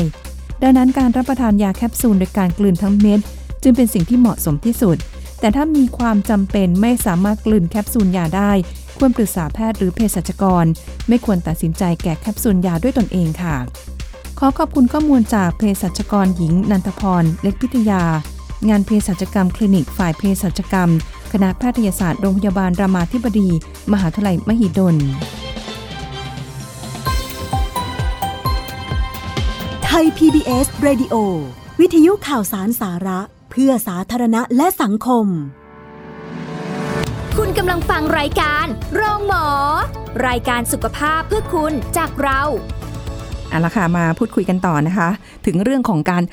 [SPEAKER 2] ดังนั้นการรับประทานยาแคปซูลโดยการกลืนทั้งเม็ด จึงเป็นสิ่งที่เหมาะสมที่สุด แต่ถ้ามีความจำเป็นไม่สามารถกลืนแคปซูลยาได้ ควรปรึกษาแพทย์หรือเภสัชกร ไม่ควรตัดสินใจแก่แคปซูลยาด้วยตนเองค่ะ ขอขอบคุณข้อมูลจากเภสัชกรหญิง นันทพร เล็กพิทยา งานเภสัชกรรมคลินิกฝ่ายเภสัชกรรม คณะแพทยศาสตร์โรงพยาบาลรามาธิบดี มหาวิทยาลัยมหิดล
[SPEAKER 4] ไทย PBS Radio วิทยุข่าวสารสาระ เพื่อสาธารณะและสังคม
[SPEAKER 1] คุณกำลังฟังรายการ โรงหมอ รายการสุขภาพเพื่อคุณจากเรา
[SPEAKER 2] เอาละค่ะมาพูดคุยกันต่อนะคะ ถึงเรื่องของการ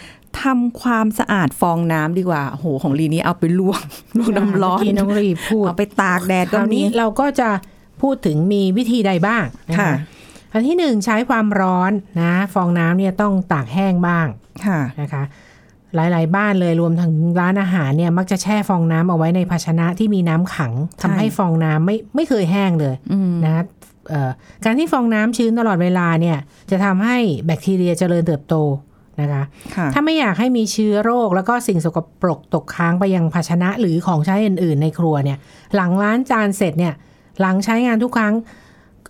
[SPEAKER 2] ทำความสะอาดฟองน้ำดีกว่าโอ้โหของลีนี้เอาไปลวก *laughs* ลวกน้ำร้อน
[SPEAKER 3] เมื่กี้น้องรีพูด
[SPEAKER 2] เอาไปตากแดด
[SPEAKER 3] ค
[SPEAKER 2] ก็
[SPEAKER 3] ราว
[SPEAKER 2] มี
[SPEAKER 3] นี้เราก็จะพูดถึงมีวิธีใดบ้างน
[SPEAKER 2] ค่ะ
[SPEAKER 3] อันที่หนึ่งใช้ความร้อนนะฟองน้ำเนี่ยต้องตากแห้งบ้าง
[SPEAKER 2] ค่ะ
[SPEAKER 3] นะคะ หลายๆ บ้านเลยรวมทั้งร้านอาหารเนี่ยมักจะแช่ฟองน้ำเอาไว้ในภาชนะที่มีน้ำขัง
[SPEAKER 2] ใช่
[SPEAKER 3] ทำให้ฟองน้ำไม่ไม่เคยแห้งเลย
[SPEAKER 2] อืม
[SPEAKER 3] นะเอ่อการที่ฟองน้ำชื้นตลอดเวลาเนี่ยจะทำให้แบคทีเรียเจริญเติบโตนะคะ
[SPEAKER 2] ค่ะ
[SPEAKER 3] ถ้าไม่อยากให้มีเชื้อโรคแล้วก็สิ่งสกปรกตกค้างไปยังภาชนะหรือของใช้อื่น ๆ ในครัวเนี่ย หลังล้างจานเสร็จเนี่ย หลังใช้งานทุกครั้ง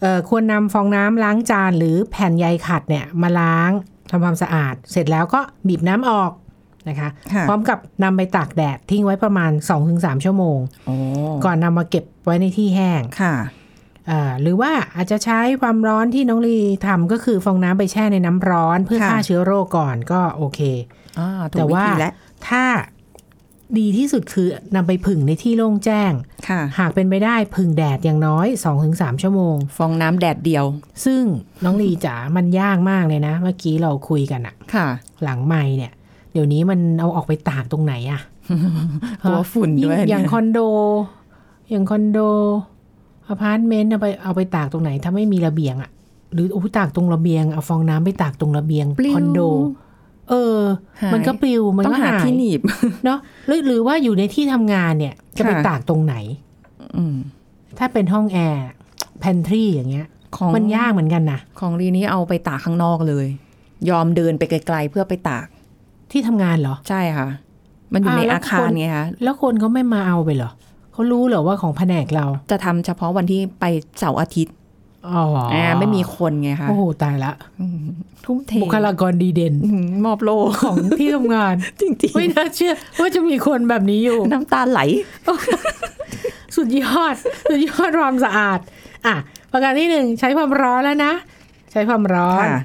[SPEAKER 3] เอ่อควรนำฟองน้ำล้างจานหรือแผ่นใยขัดเนี่ยมาล้างทำความสะอาด เสร็จแล้วก็บีบน้ำออกนะคะ
[SPEAKER 2] ค่ะ
[SPEAKER 3] พร้อมกับนำไปตากแดดทิ้งไว้ประมาณ 2-3 ชั่วโมง
[SPEAKER 2] โอ้
[SPEAKER 3] ก่อนนำมาเก็บไว้ในที่แห้ง
[SPEAKER 2] ค่ะ
[SPEAKER 3] อ่าหรือว่าอาจจะใช้ความร้อนที่น้องลีทำก็คือฟองน้ำไปแช่ในน้ำร้อนเพื่อ
[SPEAKER 2] ค่ะ
[SPEAKER 3] ฆ่าเชื้อโรคก่อนก็โอเค
[SPEAKER 2] อ่าถูก
[SPEAKER 3] แต่
[SPEAKER 2] วิ
[SPEAKER 3] ว่า
[SPEAKER 2] ธีแล้ว
[SPEAKER 3] ถ้าดีที่สุดคือนำไปผึ่งในที่โล่งแจ้ง
[SPEAKER 2] ค่ะ
[SPEAKER 3] หากเป็นไปได้ผึ่งแดดอย่างน้อย 2-3 ชั่วโมง
[SPEAKER 2] ฟองน้ำแดดเดียว
[SPEAKER 3] ซึ่งน้องลีจ๋ามันยากมากเลยนะ เมื่อกี้เราคุยกันอะ
[SPEAKER 2] ค่ะ
[SPEAKER 3] หลังไม่เนี่ย เดี๋ยวนี้มันเอาออกไปตากตรงไหนอะ
[SPEAKER 2] *laughs* กลัวฝุ่นด้วย
[SPEAKER 3] งอย่าง
[SPEAKER 2] เนี่
[SPEAKER 3] คอนโด อย่างคอนโดอพาร์ตเมนต์เอาไปเอาไปตากตรงไหน ถ้าไม่มีระเบียงอะหรือโอ้โหตากตรงระเบียงเอาฟองน้ำไปตากตรงระเบียง
[SPEAKER 2] ปลิว
[SPEAKER 3] คอนโด เออ
[SPEAKER 2] หาย
[SPEAKER 3] มันก็ปลิวมัน
[SPEAKER 2] ต้อง
[SPEAKER 3] ก็
[SPEAKER 2] หาที่หนีบ
[SPEAKER 3] เนาะหรือหรือว่าอยู่ในที่ทำงานเนี่ย จะไป
[SPEAKER 2] ค่ะ
[SPEAKER 3] ตากตรงไหน
[SPEAKER 2] อืม
[SPEAKER 3] ถ้าเป็นห้องแอร์แพนทรีอย่างเงี้ย
[SPEAKER 2] ของ
[SPEAKER 3] มันยากเหมือนกันนะ
[SPEAKER 2] ของรีนี้เอาไปตากข้างนอกเลย ยอมเดินไปไกล ๆ เพื่อไปตาก
[SPEAKER 3] ที่ทำงานเหรอ
[SPEAKER 2] ใช่ค่ะ มันอยู่
[SPEAKER 3] อ่า
[SPEAKER 2] ใน
[SPEAKER 3] แล้ว
[SPEAKER 2] อาคาร
[SPEAKER 3] คน
[SPEAKER 2] ไงคะ
[SPEAKER 3] แล้วคนเขาไม่มาเอาไปเหรอเขารู้เหรอว่าของแผนกเรา
[SPEAKER 2] จะทำเฉพาะวันที่ไปเสาร์อาทิตย์
[SPEAKER 3] อ๋ออ่
[SPEAKER 2] าไม่มีคนไงคะ
[SPEAKER 3] โอ้โหตายละ
[SPEAKER 2] อืมทุ่มเท
[SPEAKER 3] บุคลากรดีเด่น
[SPEAKER 2] อืมมอบโลก
[SPEAKER 3] ของที่ทำงาน
[SPEAKER 2] *laughs* จริง
[SPEAKER 3] ไม่น่าเชื่อว่าจะมีคนแบบนี้อยู่
[SPEAKER 2] ๆ น้ำตาไหล
[SPEAKER 3] สุดยอด *laughs* สุดยอดความสะอาด อ่ะ ประการที่หนึ่งใช้ความร้อนแล้วนะ ใช้ความร้อน
[SPEAKER 2] ค่ะ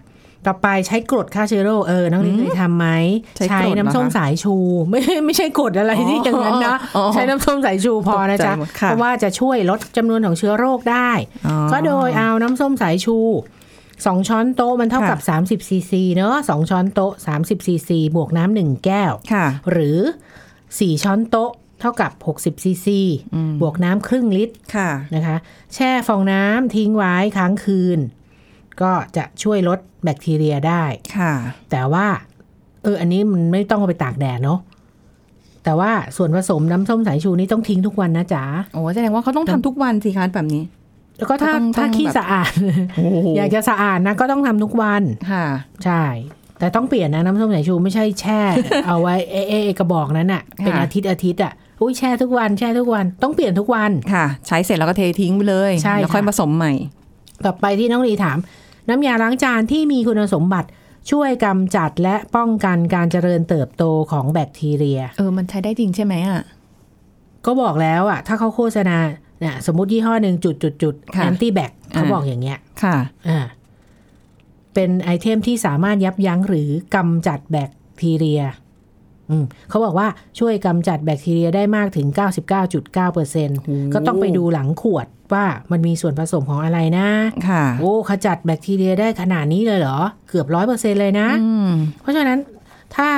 [SPEAKER 3] ต่อไปใช้กรดฆ่าเชื้อโรคเออน้องลินเคยทำไหม
[SPEAKER 2] ใช้กรดเหรอ
[SPEAKER 3] น้ำส้ม
[SPEAKER 2] คะ
[SPEAKER 3] สายชู ไม่ไม่ใช่กรดอะไร
[SPEAKER 2] อ๋อ
[SPEAKER 3] ที่อย่างนั้นนะ
[SPEAKER 2] อ๋อ
[SPEAKER 3] ใช้น้ำส้มสายชูพอนะจ๊ะ
[SPEAKER 2] ตกใจหมดค่ะ
[SPEAKER 3] เพราะว่าจะช่วยลดจำนวนของเชื้อโรคได้
[SPEAKER 2] อ๋อ
[SPEAKER 3] ก็โดยเอาน้ำส้มสายชูสองช้อนโต๊ะมันเท่ากับ
[SPEAKER 2] ค่ะ
[SPEAKER 3] 30ซีซีเนอะสองช้อนโต๊ะ30ซีซีบวกน้ำหนึ่งแก้ว
[SPEAKER 2] ค่ะ
[SPEAKER 3] หรือ 4 ช้อนโต๊ะเท่ากับ 60ซีซี
[SPEAKER 2] อืม
[SPEAKER 3] บวกน้ำครึ่งลิตร
[SPEAKER 2] ค่ะ
[SPEAKER 3] นะคะ แช่ฟองน้ำทิ้งไว้ค้างคืน ก็จะช่วยลดแบคทีเรียได้
[SPEAKER 2] ค่ะ
[SPEAKER 3] แต่ว่า เออ อันนี้มันไม่ต้องเอาไปตากแดดเนาะแต่ว่าส่วนผสมน้ำส้มสายชูนี่ต้องทิ้งทุกวันนะจ๊ะ
[SPEAKER 2] โอ้แสดงว่าเขาต้องทำทุกวันสิคะแบบนี้
[SPEAKER 3] แล้วก็ถ้า
[SPEAKER 2] ก็ต้อง
[SPEAKER 3] ถ้า
[SPEAKER 2] ต้อง
[SPEAKER 3] ขี้
[SPEAKER 2] แบบ
[SPEAKER 3] สะอาด
[SPEAKER 2] โอ้โห
[SPEAKER 3] อยากจะสะอาดนะก็ต้องทำทุกวัน
[SPEAKER 2] ค่ะ
[SPEAKER 3] ใช่ แต่ต้องเปลี่ยนนะน้ำส้มสายชูไม่ใช่แช่
[SPEAKER 2] *laughs*
[SPEAKER 3] เอาไว้เอะเอะเอะกระบอกนั้นอะเป็น
[SPEAKER 2] ค่ะ
[SPEAKER 3] อาทิตย์อาทิตย์อะอุ้ยแช่ทุกวันแช่ทุกวันต้องเปลี่ยนทุกวัน
[SPEAKER 2] ค่ะ ใช้เสร็จแล้วก็เททิ้งไปเลย
[SPEAKER 3] ใช่
[SPEAKER 2] แล้วค่อย
[SPEAKER 3] ค่ะ
[SPEAKER 2] ผสมใหม่
[SPEAKER 3] ต่อไปที่น้องลีถาม น้ำยาล้างจานที่มีคุณสมบัติช่วยกำจัดและป้องกันการเจริญเติบโตของแบคทีเรีย
[SPEAKER 2] เออ มันใช้ได้จริงใช่ไหมอ่ะ
[SPEAKER 3] ก็บอกแล้วอะถ้าเขาโฆษณาน่ะสมมติยี่ห้อหนึ่งจุดจุดจุด
[SPEAKER 2] ค่ะ
[SPEAKER 3] แอนตี้แบคเขา
[SPEAKER 2] อ่า
[SPEAKER 3] บอกอย่างเงี้ย
[SPEAKER 2] ค่ะ
[SPEAKER 3] อ่าเป็นไอเทมที่สามารถยับยั้งหรือกำจัดแบคทีเรียอืมเขาบอกว่าช่วยกำจัดแบคทีเรียได้มากถึง 99.9%ก็ต้องไปดูหลังขวดว่ามันมีส่วนผสมของอะไรนะ
[SPEAKER 2] ค่ะ
[SPEAKER 3] โอ้ขจัดแบคทีเรียได้ขนาดนี้เลยเหรอ เกือบร้อยเปอร์เซ็นเลยนะ
[SPEAKER 2] อืม
[SPEAKER 3] เพราะฉะนั้นถ้า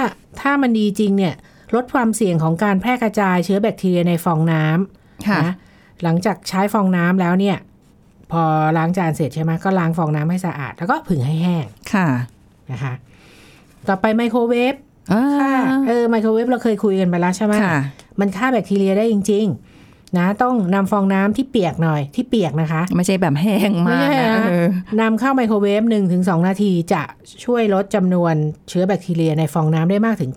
[SPEAKER 3] ถ้ามันดีจริงเนี่ยลดความเสี่ยงของการแพร่กระจายเชื้อแบคทีเรียในฟองน้ำ
[SPEAKER 2] ค่ะ
[SPEAKER 3] นะหลังจากใช้ฟองน้ำแล้วเนี่ย พอล้างจานเสร็จใช่ไหมก็ล้างฟองน้ำให้สะอาด แล้วก็ผึ่งให้แห้ง
[SPEAKER 2] ค่ะ
[SPEAKER 3] นะคะต่อไปไมโครเวฟ
[SPEAKER 2] อ่า
[SPEAKER 3] ค่ะเออไมโครเวฟเราเคยคุยกันไปแล้วใช่ไหม
[SPEAKER 2] ค่ะ
[SPEAKER 3] มันฆ่าแบคทีเรียได้จริง ๆ นะต้องนำฟองน้ำที่เปียกหน่อยที่เปียกนะคะ
[SPEAKER 2] ไม่ใช่แบบแห้งมาก
[SPEAKER 3] ไม่ใช่
[SPEAKER 2] นะ
[SPEAKER 3] นะ
[SPEAKER 2] เออน
[SPEAKER 3] ำเข้าไมโครเวฟ1-2 นาทีจะช่วยลดจำนวนเชื้อแบคทีเรียในฟองน้ำได้มากถึง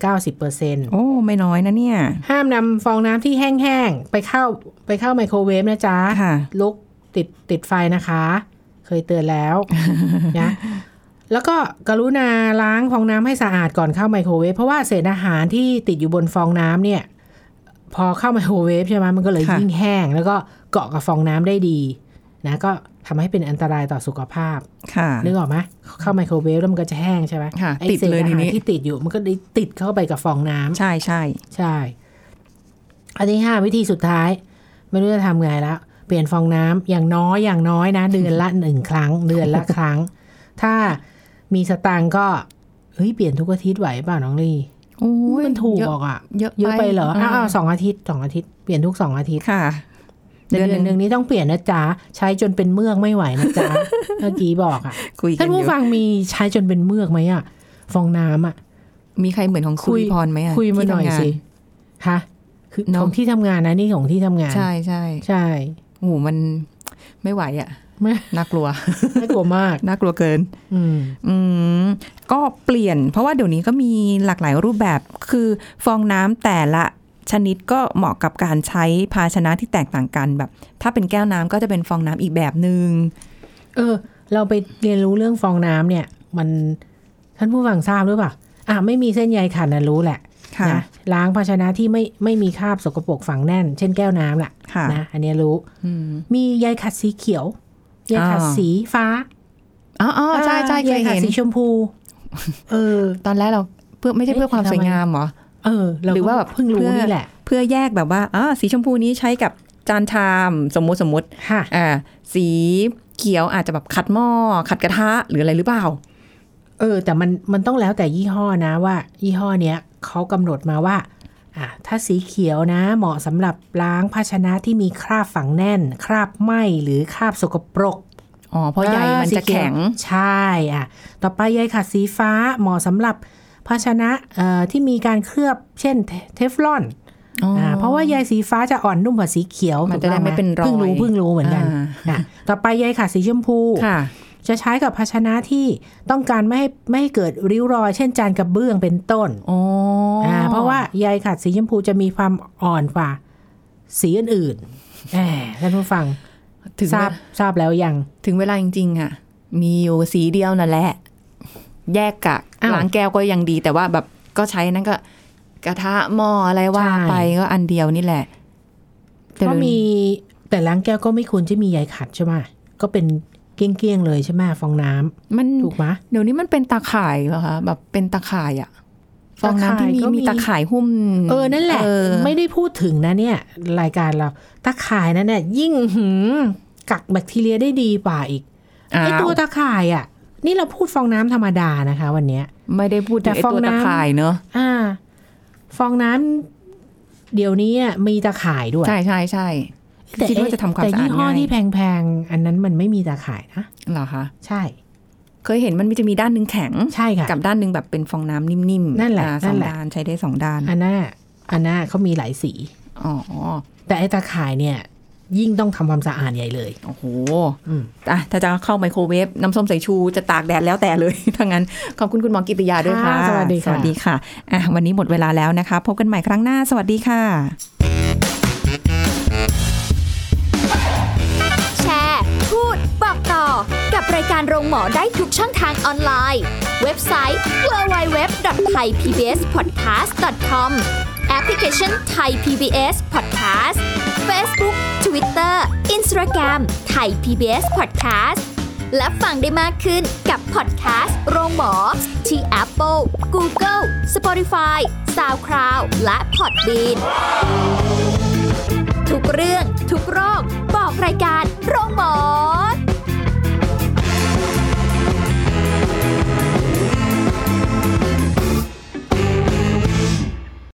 [SPEAKER 3] 90%
[SPEAKER 2] โอ้ ไม่น้อยนะเนี่ย
[SPEAKER 3] ห้ามนำฟองน้ำที่แห้งๆ ไปเข้าไปเข้าไมโครเวฟนะจ๊ะ
[SPEAKER 2] ค่ะ
[SPEAKER 3] ลุกติดติดไฟนะคะ เคยเตือนแล้ว *laughs* นะแล้วก็กรุณาล้างฟองน้ำให้สะอาดก่อนเข้าไมโครเวฟเพราะว่าเศษอาหารที่ติดอยู่บนฟองน้ำเนี่ย พอเข้าไมโครเวฟใช่ไหมมันก็เลย
[SPEAKER 2] ค่ะ
[SPEAKER 3] ยิ่งแห้ง แล้วก็เกาะกับฟองน้ำได้ดี นะ ก็ทำให้เป็นอันตรายต่อสุขภาพ
[SPEAKER 2] ค่ะ
[SPEAKER 3] นึกออกไหมเข้าไมโครเวฟแล้วมันก็จะแห้งใช่ไหม
[SPEAKER 2] ค่ะ
[SPEAKER 3] ไอ้
[SPEAKER 2] ติด
[SPEAKER 3] ศษ
[SPEAKER 2] เลย
[SPEAKER 3] อา
[SPEAKER 2] ที
[SPEAKER 3] หาร
[SPEAKER 2] นี้
[SPEAKER 3] ที่ติดอยู่มันก็ได้ติดเข้าไปกับฟองน้ำ
[SPEAKER 2] ใช่ใช่
[SPEAKER 3] ใช่ อันที่ห้าวิธีสุดท้าย ไม่รู้จะทำไงแล้วเปลี่ยนฟองน้ำอย่างน้อยอย่างน้อยนะ เดือนละหนึ่งครั้ง เดือนละครั้ง *laughs* ถ้ามีสตางค์ก็เฮ้ยเปลี่ยนทุกอาทิตย์ไหวเปล่าน้องลี
[SPEAKER 2] โอ้ย
[SPEAKER 3] มันถูก
[SPEAKER 2] เย
[SPEAKER 3] อ
[SPEAKER 2] อะ
[SPEAKER 3] อกอ่ะ
[SPEAKER 2] เยอะ
[SPEAKER 3] เยอะไปเหรอ
[SPEAKER 2] ไป
[SPEAKER 3] อ้า
[SPEAKER 2] อ่า
[SPEAKER 3] วสองอาทิตย์สองอาทิตย์เปลี่ยนทุกสองอาทิตย์
[SPEAKER 2] ค่ะ
[SPEAKER 3] เดือน
[SPEAKER 2] เดือนหนึ่ง
[SPEAKER 3] หนึ่งนี้ต้องเปลี่ยนนะจ๊ะใช้จนเป็นเมือกไม่ไหวนะ
[SPEAKER 2] *laughs*
[SPEAKER 3] จ๊ะ เมื่อกี้บอกอ่ะ
[SPEAKER 2] คุยกั
[SPEAKER 3] ท่านน
[SPEAKER 2] อ
[SPEAKER 3] ผู้
[SPEAKER 2] ยู่
[SPEAKER 3] ฟังมีใช้จนเป็นเมือกไหมอะฟองน้ำอะ
[SPEAKER 2] มีใครเหมือนของ
[SPEAKER 3] คุ
[SPEAKER 2] คุ
[SPEAKER 3] ย
[SPEAKER 2] ยพรไหมอ่ะ
[SPEAKER 3] คุยมาหน่อย
[SPEAKER 2] ที่ทำง
[SPEAKER 3] สิฮะคือ
[SPEAKER 2] เน
[SPEAKER 3] ข
[SPEAKER 2] อะ
[SPEAKER 3] องที่ทำงานนะนี่ของที่ทำงาน
[SPEAKER 2] ใช่ใช่
[SPEAKER 3] ใช่
[SPEAKER 2] โอ้โหมันไม่ไหวอ่ะ *laughs*
[SPEAKER 3] ไม่
[SPEAKER 2] น่ากลัว
[SPEAKER 3] ไม่กลัวมาก
[SPEAKER 2] น่ากลัวเกิน
[SPEAKER 3] อืม
[SPEAKER 2] อืม ก็เปลี่ยน เพราะว่าเดี๋ยวนี้ก็มีหลากหลายรูปแบบ คือฟองน้ำแต่ละชนิดก็เหมาะกับการใช้ภาชนะที่แตกต่างกันแบบ ถ้าเป็นแก้วน้ำก็จะเป็นฟองน้ำอีกแบบหนึ่ง
[SPEAKER 3] เออ เราไปเรียนรู้เรื่องฟองน้ำเนี่ย มันท่านผู้ฟังทราบหรือเปล่าอ่ะไม่มีเส้นใยขัดนะรู้แหละ
[SPEAKER 2] ค่ะ
[SPEAKER 3] นะล้างภาชนะที่ไม่ไม่มีคราบสกปรกฝังแน่น เช่นแก้วน้ำแหละ
[SPEAKER 2] ค่ะ
[SPEAKER 3] นะอันเนี้ยรู้
[SPEAKER 2] อืม
[SPEAKER 3] มีใยขัดสีเขียวใยขัด
[SPEAKER 2] อ่า
[SPEAKER 3] สีฟ้า
[SPEAKER 2] อ๋ออ๋อใช่ใช่เคย
[SPEAKER 3] ใยขัด
[SPEAKER 2] เห็น
[SPEAKER 3] สีชมพู เออ
[SPEAKER 2] ตอนแรกเราเพื่อไม่ใช่
[SPEAKER 3] เอ๊ะ
[SPEAKER 2] เพื่อความ
[SPEAKER 3] ทำไม
[SPEAKER 2] สวยงามเหรอ
[SPEAKER 3] เออเก็
[SPEAKER 2] หรือว่าแบบ
[SPEAKER 3] เพิ่งรู้
[SPEAKER 2] เพื่อ
[SPEAKER 3] นี่แหละ
[SPEAKER 2] เพื่อแยกแบบว่าอ่าสีชมพูนี้ใช้กับจานชามสมมติสมมติ
[SPEAKER 3] ค่ะ
[SPEAKER 2] อ่าสีเขียวอาจจะแบบขัดหม้อขัดกระทะหรืออะไรหรือเปล่า
[SPEAKER 3] เออ แต่มันมันต้องแล้วแต่ยี่ห้อนะว่า ยี่ห้อเนี้ยเขากำหนดมาว่า อ่ะถ้าสีเขียวนะ เหมาะสำหรับล้างภาชนะที่มีคราบฝังแน่น คราบไหมหรือคราบสกปรก
[SPEAKER 2] อ๋อเพราะใยมันจะ
[SPEAKER 3] สีเขียว
[SPEAKER 2] แข็ง
[SPEAKER 3] ใช่อ่ะต่อไปใยขัดสีฟ้าเหมาะสำหรับภาชนะเอ่อที่มีการเคลือบเช่นเทเทฟลอน
[SPEAKER 2] อ๋ออ่
[SPEAKER 3] ่าเพราะว่าใยสีฟ้าจะอ่อนนุ่มกว่าสีเขียว
[SPEAKER 2] มัน
[SPEAKER 3] ถูก
[SPEAKER 2] จะ
[SPEAKER 3] ต้
[SPEAKER 2] ได้
[SPEAKER 3] อง
[SPEAKER 2] ไม่เป็นรอย
[SPEAKER 3] เพิ่งรู้เพิ่งรู้เหมือนกัน
[SPEAKER 2] อ่า
[SPEAKER 3] อ่ะต่อไปใยขัดสีชมพู
[SPEAKER 2] ค่ะ
[SPEAKER 3] จะใช้กับภาชนะที่ต้องการไม่ให้ไม่ให้เกิดริ้วรอย เช่นจานกระเบื้องเป็นต้น
[SPEAKER 2] อ๋ออ่
[SPEAKER 3] าเพราะว่าใยขัดสีชมพูจะมีความอ่อนกว่าสีอื่นๆแหมท่านผู้ฟัง
[SPEAKER 2] ถึง
[SPEAKER 3] ทราบทราบแล้วยัง
[SPEAKER 2] ถึงเวลาจริงๆ ค่ะ มีอยู่สีเดียวนั่นแหละ แยกกะ
[SPEAKER 3] อ้าว
[SPEAKER 2] ล้างแก้วก็ยังดีแต่ว่าแบบก็ใช้นั่นก็ กระทะหม้ออะไรว่า
[SPEAKER 3] ใช่
[SPEAKER 2] ไปก็อันเดียวนี่แหละแต่
[SPEAKER 3] ก็มีแต่ล้างแก้วก็ไม่ควรจะมีใยขัดใช่ไหมก็เป็นเกี้ยงๆเลยใช่ไหมฟองน้ำ
[SPEAKER 2] มัน
[SPEAKER 3] ถูกไหม
[SPEAKER 2] เดี๋ยวนี้มันเป็นตาข่ายเหรอคะแบบเป็นตาข่ายอะฟองน้ำที่มี
[SPEAKER 3] ตาข่ายก็มี
[SPEAKER 2] มีตาข่ายหุ้ม
[SPEAKER 3] เออนั่นแหละ
[SPEAKER 2] เออ
[SPEAKER 3] ไม่ได้พูดถึงนะเนี่ย รายการเราตาข่ายนั่นแหละยิ่งหืมกักแบคทีเรียได้ดีกว่าอีกไอตัวตาข่ายอ่ะ นี่เราพูดฟองน้ำธรรมดานะคะ วันเนี้ย
[SPEAKER 2] ไม่ได้พูดถึง
[SPEAKER 3] แต่
[SPEAKER 2] ไอ้
[SPEAKER 3] ฟอง
[SPEAKER 2] ตัวตะ
[SPEAKER 3] น้ำ
[SPEAKER 2] ข่ายเนอะ
[SPEAKER 3] อ่า ฟองน้ำเดี๋ยวนี้อะมีตาข่ายด้วย
[SPEAKER 2] ใช่ใช่ใช่
[SPEAKER 3] แต่
[SPEAKER 2] คิดว่าจะทำความ
[SPEAKER 3] แต่
[SPEAKER 2] สะอาด
[SPEAKER 3] ยี่ห้อ
[SPEAKER 2] ง่าย
[SPEAKER 3] ที่แพงๆ อันนั้นมันไม่มีตาข่ายนะ
[SPEAKER 2] เหรอคะ
[SPEAKER 3] ใช่
[SPEAKER 2] เคยเห็นมันจะมีด้านหนึ่งแข็ง
[SPEAKER 3] ใช่ค่ะ
[SPEAKER 2] กับด้านหนึ่งแบบเป็นฟองน้ำนิ่มๆ
[SPEAKER 3] นั่นแหละ
[SPEAKER 2] อ่าสอ
[SPEAKER 3] นั่
[SPEAKER 2] ง
[SPEAKER 3] นแหละ
[SPEAKER 2] ด้านใช้ได้สองด้าน
[SPEAKER 3] อันน่าอันน่าเขามีหลายสี
[SPEAKER 2] อ๋อ
[SPEAKER 3] แต่ไอตาข่ายเนี่ย ยิ่งต้องทำความสะอาดใหญ่เลย
[SPEAKER 2] โอ้โห
[SPEAKER 3] อืม
[SPEAKER 2] อ่ะถ้าจะเข้าไมโครเวฟน้ำส้มสายชูจะตากแดดแล้วแต่เลย *laughs* ถ้างั้น ขอบคุณคุณหมอกิติยาด้วยค่ะ
[SPEAKER 3] ค่ะสวัสดี
[SPEAKER 2] ส
[SPEAKER 3] ค่ะ
[SPEAKER 2] วัสดีค่ะอ่ะ วันนี้หมดเวลาแล้วนะคะ พบกันใหม่ครั้งหน้า สวัสดีค่ะ
[SPEAKER 1] แชร์ พูด บอกต่อ กับรายการโรงหมอได้ทุกช่องทางออนไลน์ เว็บไซต์ www.thaipbspodcast.com แอปพลิเคชัน Thai PBS Podcast Facebook Twitter Instagram Thai PBS Podcast และฟังได้มากขึ้นกับพอดแคสต์โรงหมอ ที่ Apple, Google, Spotify, SoundCloud และ Podbean ทุกเรื่องทุกโรค บอกรายการโร